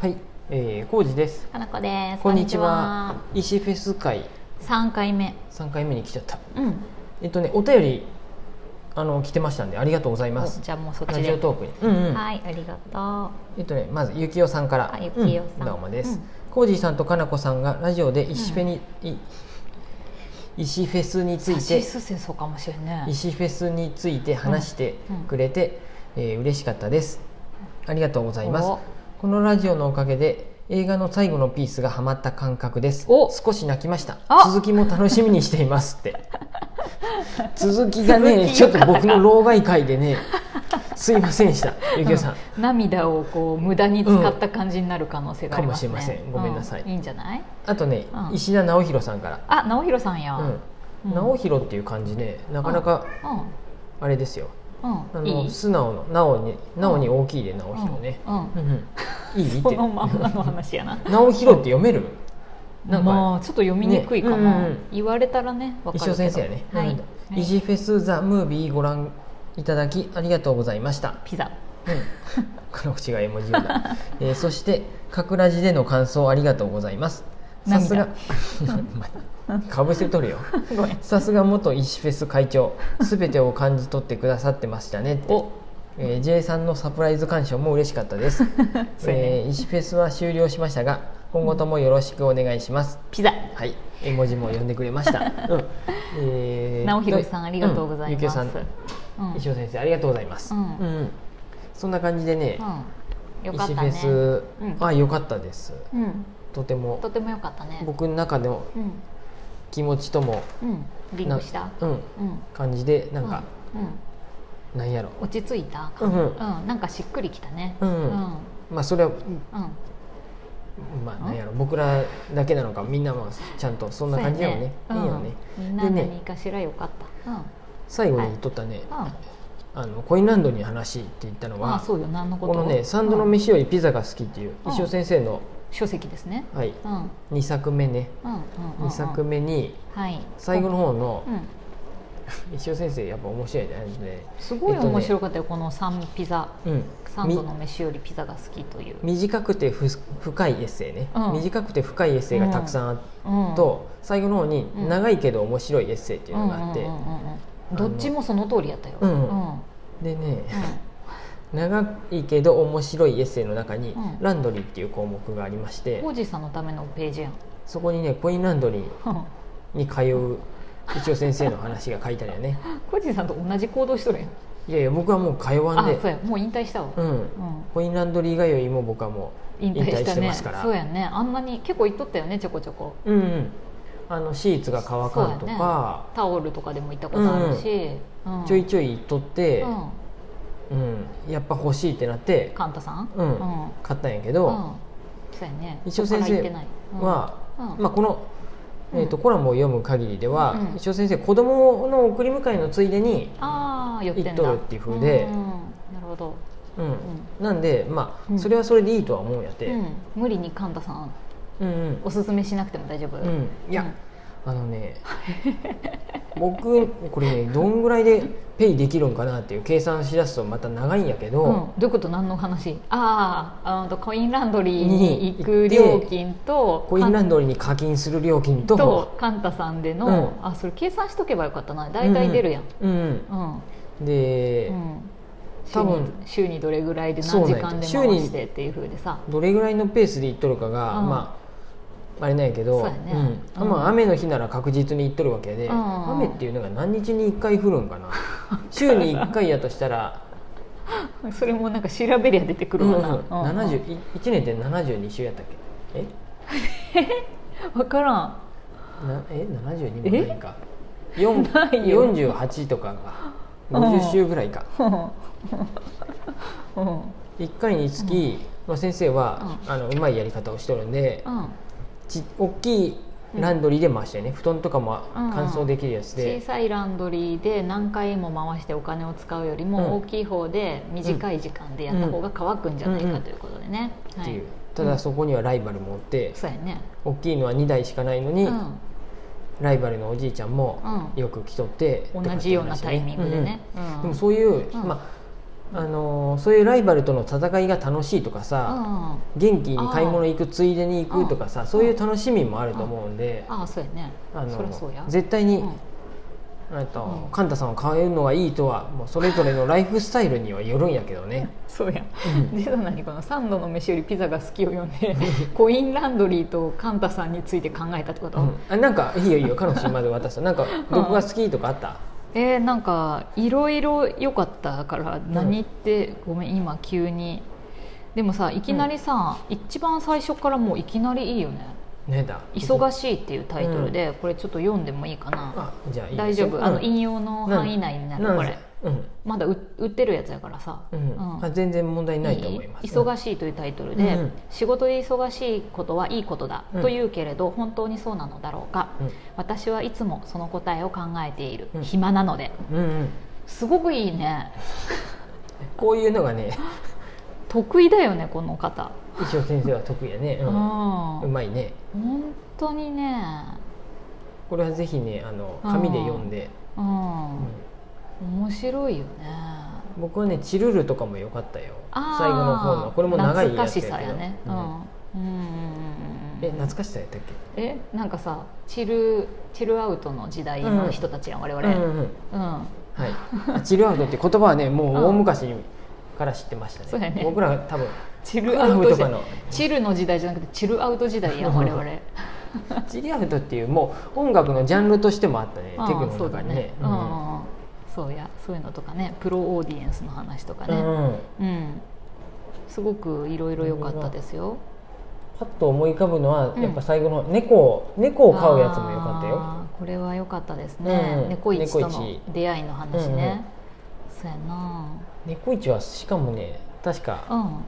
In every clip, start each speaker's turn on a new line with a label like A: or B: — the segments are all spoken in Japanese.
A: はい、えー、コウジです。
B: かなこです。
A: こんにちは。EC フェス会
B: こんにちは。三回目。
A: 3回目に来ちゃった。
B: うん。
A: えっとね、お便りあの来てましたんでありがとうございま
B: お
A: す。
B: じゃあもうそっ
A: ラ
B: ち
A: ジオ
B: で。
A: トークに。うんうん。
B: はい、ありがと
A: えっとね、まずゆきおさんから。
B: あゆきおさん
A: うどうもです
B: うん。
A: コウジさんとかなこさんがラジオで石フェに、い石フェスにつ
B: う。
A: いて
B: す戦争かもしれない。
A: 石フェスについて話してくれて、えー嬉しかったです。ありがとうございます。
B: お
A: このラジオのおかげで映画の最後のピースがハマった感覚です
B: お
A: 少し泣きました
B: あ
A: 続きも楽しみにしてい ますって続きがね
B: 続き
A: ちょっと僕の老害会で ねすいませんでしたゆきおさん、
B: うん涙をこう無駄に使った感じになる可能性がありますね。
A: うんかもしれませんごめんなさい
B: ういいんじゃない？
A: あとね、
B: うん
A: 石田直弘さんか
B: あ、直弘さんや。
A: ら、うん
B: うん
A: 直弘っていう感じねなかなかあれですよあ
B: うん。うん。
A: の
B: いい。
A: 素直の直に直に大きいで直弘ね、
B: うん。 うん
A: うんうん いいって
B: そのまんまの話やな。
A: 直弘って読めるなんか
B: まあちょっと読みにくいかな。
A: ねうんうん
B: 言われたらね、わかる
A: 一
B: け
A: 生
B: ど。
A: 先生やね、
B: はい。
A: うん、イジフェス・ザ・ムービーご覧いただきありがとうございました、
B: ピザ。
A: うん、 この口が絵文字だ、えーそして「かくらじ」での感想ありがとうございますさすが かぶせとるよ
B: ごめん。
A: さすが元石フェス会長すべてを感じ取ってくださってましたねって
B: お、
A: えー J さんのサプライズ鑑賞も嬉しかったです、
B: そうやね
A: えー、石フェスは終了しましたが今後ともよろしくお願いします
B: ピザ。
A: はい、絵文字も読んでくれました。 うん、え
B: 直弘さんありがとうござい
A: ゆきお
B: ます。
A: さん、
B: うん
A: 石尾先生ありがとうございます。
B: うん
A: んそんな感じでね、
B: うん、よかっ
A: 石
B: た
A: フェ
B: ね。
A: ス、
B: うん
A: あ、良かったです。
B: うん、
A: とても
B: とてもよかったね。
A: 僕の中の
B: うん、
A: 気持ちとも
B: うん、リン
A: な
B: クした。
A: うん、
B: うん、
A: 感じでなんか、
B: うん、うん、
A: なんやろ。
B: 落ち着いた
A: う
B: 感
A: ん、う、
B: うんん、なんかしっくりきたね。
A: うん
B: うん、
A: まあそれは
B: うん、
A: まあ
B: うん
A: なんやろ僕らだけなのかみんなもちゃんとそんな感じだよね。
B: そうや
A: いいよね。
B: うんみんな
A: でね
B: 何かしらよかった。うん、うん、
A: 最後に言っとったね、あのコインランドリーの話って言ったのは。
B: まあそうよ、何のこ。
A: ことのね「サンドの
B: うん
A: 飯よりピザが好き」っていう
B: うん
A: 石尾先生の、
B: 書籍ですね。
A: はい、
B: うん、うん、
A: 2作目ね
B: うん、うん。
A: 2作目に
B: はい。
A: 最後の方の
B: うん。
A: 石尾先生やっぱ面白いじゃないですね、
B: すごい
A: えっとね
B: 面白かったよ、このサンピザ。
A: うん、
B: サン
A: み
B: ドの飯よりピザが好きという。
A: 短くてふ深いエッセイね、
B: うん
A: 短くて深いエッセイがたくさんあっ
B: うん
A: と、最後の方に
B: うん
A: 長いけど面白いエッセイっていうのがあって、
B: うんうんうんうん
A: あの
B: どっちもその通りやったよ、
A: うんうん
B: うん
A: でね長いけど面白いエッセイの中に、
B: うん
A: ランドリーっていう項目がありまして
B: コージーさんのためのページやん
A: そこにねコインランドリーに通う石尾先生の話が書いてあるよね
B: コージーさんと同じ行動しとるやん
A: いやいや僕はもう会話
B: あ
A: で
B: そうやもう引退したわ、
A: う
B: うん
A: ん、コインランドリーがよりも僕はも
B: 引退
A: 引退
B: し
A: したて
B: ね
A: ますから
B: そうやねあんなに結構行っとったよねちょこちょこ
A: う、うんうん、あのシーツが乾かんと
B: そうやね
A: か、
B: タオルとかでも行ったことあるし、うん
A: ちょいちょい取って、
B: う
A: うん
B: ん
A: やっぱ欲しいってなって
B: カンタさん
A: うん
B: うんうん
A: 買ったんやけど、
B: そうやね
A: 一応先生
B: そこから行ってないうん
A: は、
B: うん
A: まあ、この、えー、とコラムを読む限りでは、
B: うん
A: 一応先生子供の送り迎えのついでに、
B: ああ寄ってんだ
A: 行っとるっていう風で
B: んなるほど、
A: うん
B: う
A: なんで、ま
B: う
A: あ、
B: ん
A: それはそれでいいとは思うんやっ
B: う
A: て、
B: ん、無理にカンタさん
A: うんうん
B: おすすめしなくても大丈夫、
A: うん、いや、
B: うん
A: あのね僕これねどんぐらいでペイできるんかなっていう計算しだすとまた長いんやけ
B: うん
A: ど、
B: どういうこと何の話あああのコインランドリー
A: に
B: に行く料金と
A: コインラン
B: ド
A: ドリーに課金する料金と
B: とカンタさんでの、
A: う
B: あそれ計算しとけばよかったな大体出るやん、
A: うんうん、
B: うん
A: で、
B: うん週
A: 多分
B: に週にどれぐらいで
A: そう
B: 何
A: なん
B: 時
A: や
B: 間
A: 週
B: で回
A: に
B: してっていうふうでさ
A: どれぐらいのペースで行っとるかが、
B: うん
A: まああれなんやけど
B: そうやね
A: うん
B: うん
A: まあ、雨の日なら確実に行っとるわけで、
B: うん
A: 雨っていうのが何日に1回降るん かな週に1回やとしたら、
B: それもなんか調べりゃ出てく
A: う
B: る
A: ん
B: わ
A: うん、
B: な、うんうん
A: 70 1年って72週やったっけえ
B: 分からん
A: なえ七十二もないか。四
B: ないよ
A: 四十八とかが
B: うん
A: 五十週ぐらいか。
B: うんうん
A: 一回につき、まあ先生は、あのうまいやり方をしてるんで、ち大きいランドリーで回してね、布団とかも
B: うん
A: 乾燥できるやつ
B: 小
A: で、
B: さいランドリーで何回も回してお金を使うよりも
A: うん
B: 大きい方で短い時間でやった方が乾くんじゃないかということでね、
A: っ
B: は
A: て
B: い
A: いう。ただそこにはライバルもおって、
B: そうやね
A: 大きいのは二台しかないの
B: う
A: に、
B: ん
A: ライバルのおじいちゃんも
B: うん
A: よく来とって、
B: 同じようなタイミングでね
A: うんうん
B: うん
A: でもそういう、
B: うん
A: まああのーそういうライバルとの戦いが楽しいとか
B: うん
A: さ、
B: あ
A: 元気に買い物行くついでに行くとか
B: あ
A: さ
B: ー
A: そういう楽しみもあると思うんで
B: あそうやね
A: あ
B: そりゃそうや
A: の絶対に、
B: うん
A: えっと
B: うん
A: カンタさんを買えるのがいいとはもうそれぞれのライフスタイルにはよるんやけどね
B: そうや
A: うん
B: で何この「三度の飯よりピザが好き」を読ん でコインランドリーとカンタさんについて考えたってこと、
A: うんあなんかいいよいいよ彼女にまで渡したなんかどこが好きとかあった
B: えー、なんかいろいろ良かったから何って、ごめん今急にでもさいきなりさ、一番最初からもういきなりいいよね
A: ねだ
B: 「忙しい」っていうタイトルで、これちょっと読んでもいいかな
A: あじゃあいいで
B: 大
A: す
B: 丈
A: よ
B: 夫、
A: うん
B: あの引用の範囲内になる
A: なん
B: これ
A: うん
B: まだう売ってるやつやからさ、
A: うん
B: うん
A: あ全然問題ないと思います
B: 忙しいというタイトルで、
A: うん
B: 仕事で忙しいことはいいことだ、
A: うん
B: というけれど本当にそうなのだろうか、
A: うん
B: 私はいつもその答えを考えている、
A: うん
B: 暇なので
A: うんうん
B: すごくいいね
A: こういうのが ね
B: 得意だよねこの方、
A: 一応先生は得意やね
B: うん、
A: うんう
B: 本
A: まいね
B: 当にね、
A: これはぜひねあの紙で読んで
B: うん
A: うん
B: 面白いよね
A: 僕はね「チルル」とかも良かったよ
B: あー
A: 最後の方のこれも長いやつ
B: 懐かしさやね、う
A: うん
B: んうんうんうんうん
A: え懐かしさやったっけ
B: えなんかさチルチルアウトの時代の人たちやん、我々、
A: うんうんうん
B: うん
A: はい、あチルアウトって言葉はねもう大昔から知ってましたね,、
B: そうやね
A: 僕ら多分
B: チ
A: ク
B: ルア
A: ラ
B: ウ
A: ブ
B: ト
A: と
B: 時
A: か
B: 代
A: の
B: チルの時代じゃなくてチルアウト時代やん我々
A: チルアウトっていうもう音楽のジャンルとしてもあったね、テクノ
B: うんそ
A: と
B: う
A: か
B: だ
A: にね
B: ね、うんうんうんそうやそういうのとかねプロオーディエンスの話とかね、
A: うんうん
B: うん、すごくいろいろ良かったですよ。
A: パッと思い浮かぶのは
B: うん
A: やっぱ最後の猫を猫を飼うやつもよかったよ、
B: あーこれは良かったですね。
A: うん
B: 猫一と
A: 猫
B: の
A: 一
B: 出会いの話ね。そうやな。
A: 猫市はしかもね確
B: う
A: か
B: ん。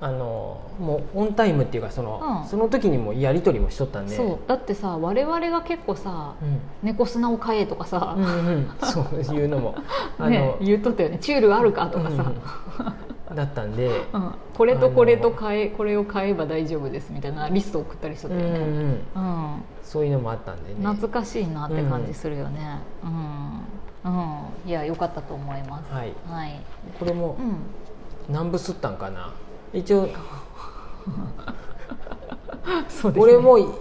A: あのもうオンタイムっていうかその、
B: うん
A: その時にもやり取りもしとったんで
B: そうだってさ我々が結構さ
A: うん、
B: 「猫砂を買え」とかさ
A: う、んうん、そういうの も
B: ね、言っとったよね「チュールあるか」とかさ、
A: うんだったんで、
B: うんこれとこれと買えこれを買えば大丈夫です」みたいなリストを送ったりしとっ
A: う
B: た
A: ん
B: よ
A: う
B: ね。
A: ん、
B: うん
A: そういうのもあったんでね
B: 懐かしいなって感じするよね。うん、うん、いや良かったと思います。
A: はい
B: はい。
A: これも
B: うん。
A: 何部吸ったんかな一応
B: そう
A: これも
B: ん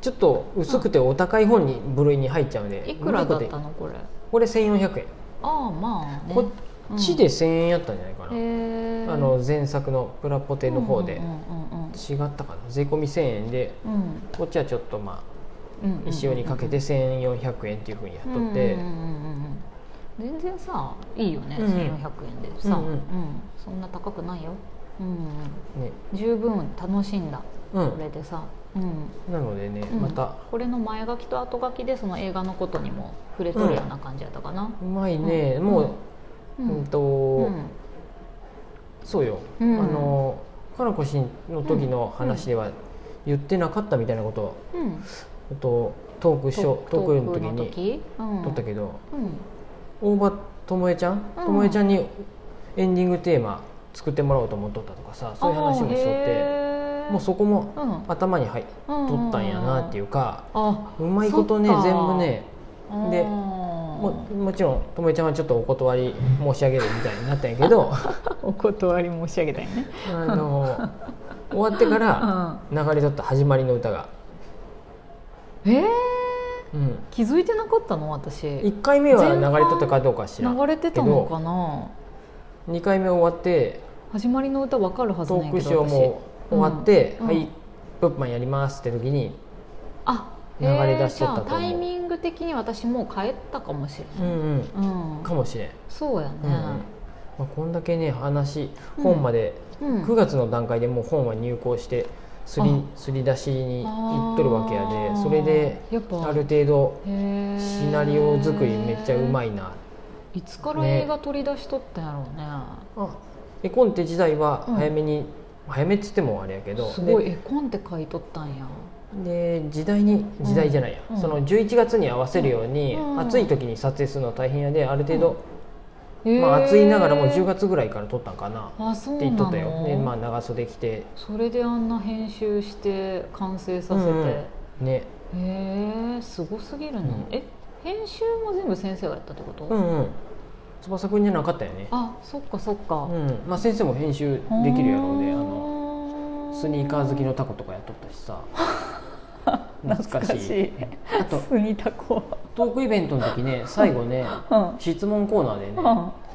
A: ちょっと薄くてお高い方に部類に入っちゃうんで
B: いくらだった
A: こ
B: のこれ。
A: れ1400円
B: ああまあ、ね。
A: こっちで1000円やったんじゃないか
B: うん。
A: な、
B: へー
A: あの前作のプラポテの方で
B: うんうんうん
A: 違ったかな税込み1000円で
B: うんうん
A: こっちはちょっとま
B: うんうんう
A: あ
B: ん。
A: 一応にかけて1400円っていうふうにやっ
B: うん
A: とっ
B: う
A: て
B: んうんうんうん全然さいいよね、
A: うんうん
B: 1400円でさ、
A: うんうん
B: そんな高くないよ、うんうん、
A: ね
B: 十分楽しんだ
A: う
B: これ
A: ん
B: でさ、うん、
A: なのでね
B: うん
A: また
B: これの前書きと後書きでその映画のことにも触れとるような感じやったかな
A: う、まいね
B: うん
A: も
B: う
A: ううん
B: ん
A: と
B: うん
A: そうよ、
B: うん
A: あのかなこしんの時の話では言ってなかったみたいなことを
B: うん
A: えっとトークショートークの時に
B: うん、
A: 撮ったけど、
B: うん
A: 大場智恵ちゃん
B: うん
A: 智恵、ちゃんにエンディングテーマ作ってもらおうと思っとったとかさそういう話もしとってもうそこも頭に入っとったんやなっていううか、
B: んあ
A: うまいことね
B: そっか
A: 全部ねでも
B: も
A: もちろん智恵ちゃんはちょっとお断り申し上げるみたいになったんやけ ど
B: お断り申し上げたいね
A: あの終わってから流れとった始まりの歌が。
B: えー、
A: うん
B: 気づいてなかったの私流
A: 1回目は流れとったかどうか知らん
B: れてたのかな
A: けど2回目終わって
B: 始まりの歌わかるはず
A: ト
B: な
A: ー
B: んや
A: ク
B: け
A: シ
B: ど
A: ョー
B: 私
A: も終わって「
B: うん
A: は
B: う
A: い
B: ん
A: ブッパンやります」って時に
B: あ
A: 流れ出しとったと思う
B: えーじゃあタイミング的に私もう帰ったかもし
A: う
B: れない、
A: んうん
B: うん
A: かもしれん、
B: そうやね
A: うんうんまあ、こんだけね話
B: うん
A: 本まで
B: うん、
A: 9月の段階でもう本は入稿してすり
B: あ
A: すり出しに行っとるわけや
B: あ
A: で
B: ー
A: それで
B: やっぱ
A: ある程度
B: へー
A: シナリオ作りめっちゃうまいない
B: つから映画取り出しとったんやろうね
A: あ絵コンテ自体は
B: うん
A: 早めに、早めっつってもあれやけど
B: すごい
A: で
B: 絵コンって書いとったんや
A: で時代に時代じゃないや、
B: うん
A: その11月に合わせるように、
B: うん
A: 暑い時に撮影するのは大変やである程度、
B: へ
A: まあ、
B: ー
A: 暑いながらも10月ぐらいから撮ったんかな
B: あそう
A: っ
B: な
A: て言っと
B: の
A: ったよ、でまあ、長袖着て、
B: それであんな編集して完成さ
A: う
B: せて、
A: んうんね
B: へえすごすぎるね、
A: うん
B: え編集も全部先生がやったってこと、
A: うんうん翼くんじゃなかったよね、
B: あそっかそっか、
A: うんまあ、先生も編集できるやろうであの
B: の
A: スニーカー好きのタコとかやっとったしさ
B: 懐かしい
A: あと
B: スニタコ
A: トークイベントの時 ね最後ね
B: うんうん
A: 質問コーナーでね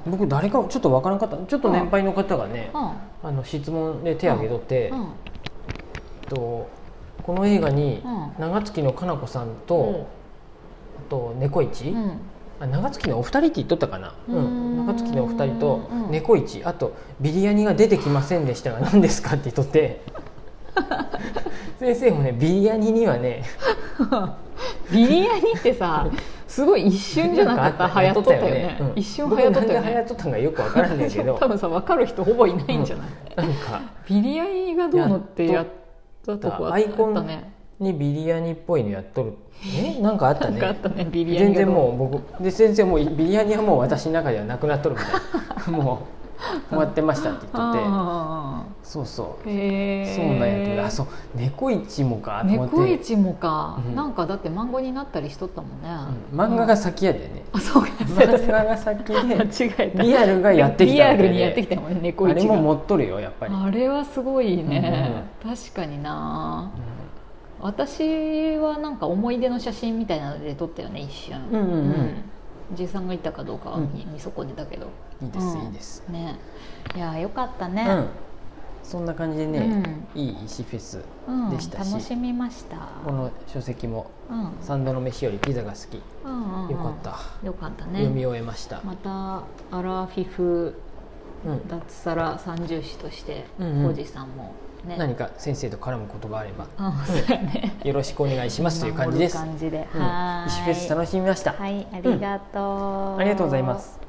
B: うん
A: 僕誰かちょっとわからんかったちょっと年配の方がねあの質問で手挙げとって、
B: うん
A: えっとこの映画に
B: うん
A: 長月のかな子さんと、あと猫一、
B: うん
A: あ長月のお二人って言っとったかな、う
B: うー
A: ん、
B: ん
A: 長月のお二人と
B: うん
A: 猫一あとビリヤニが出てきませんでした が何ですかって言っとって 先生もねビリヤニにはね
B: ビリヤニってさすごい一瞬じゃなかった流行っとったよね
A: うん
B: 一瞬流行っとっ
A: 僕
B: たよ
A: もなんで流行
B: ね
A: っとったんかよくわからんねんけど
B: 多分さ分かる人ほぼいないんじゃない、
A: なんか
B: ビリヤニがどうのってやったとこあ
A: ア
B: っ
A: イコン
B: たね
A: にビリヤニっぽいのやっとる えなんかあった
B: なん
A: ね
B: かあったねビリヤ
A: 全
B: ニが
A: 然
B: どう
A: もう僕で先生もうビリヤニはもう私の中ではなくなっとるみたい なもう終わってましたって言っとって
B: あ
A: そうそう
B: ーへえ
A: そうなんやと思ってあそう猫一もかと思って
B: 猫一もか、
A: うん
B: なんかだって漫画になったりしとったもんね、
A: うん漫画が先やでね
B: あそうか
A: 漫画が先
B: 間
A: で
B: 違えた
A: リアルがやってきた
B: リア
A: わけで
B: ルにやってきたもんね猫
A: あ
B: 一
A: れ
B: が
A: も持っとるよやっぱり、うん
B: あれはすごいね、確かにな私はなんか思い出の写真みたいなので撮ったよね一瞬
A: うんうんうん
B: うんじいさんがいたかどうかは見,、損ねたけど
A: いいです
B: うん
A: いいです、
B: ねいやよかった
A: う
B: ね
A: ん、そんな感じで
B: う
A: ね、いい石フェス
B: うん
A: でしたし
B: 楽しみました
A: この書籍も
B: うん
A: 「三度の飯よりピザが好き」
B: うんうんうん
A: よかった、
B: よかった
A: 読み
B: ね
A: 終えました、
B: またアラフィフ
A: うん
B: 脱サラ三重視として
A: うんうん
B: おじさんもね
A: 何か先生と絡むことがあれば
B: うんそうやね
A: よろしくお願いしますという感じです、
B: 守る感じで、
A: うん、
B: はーい
A: 石フェス楽しみました、
B: はいありがとう、
A: ありがとうございます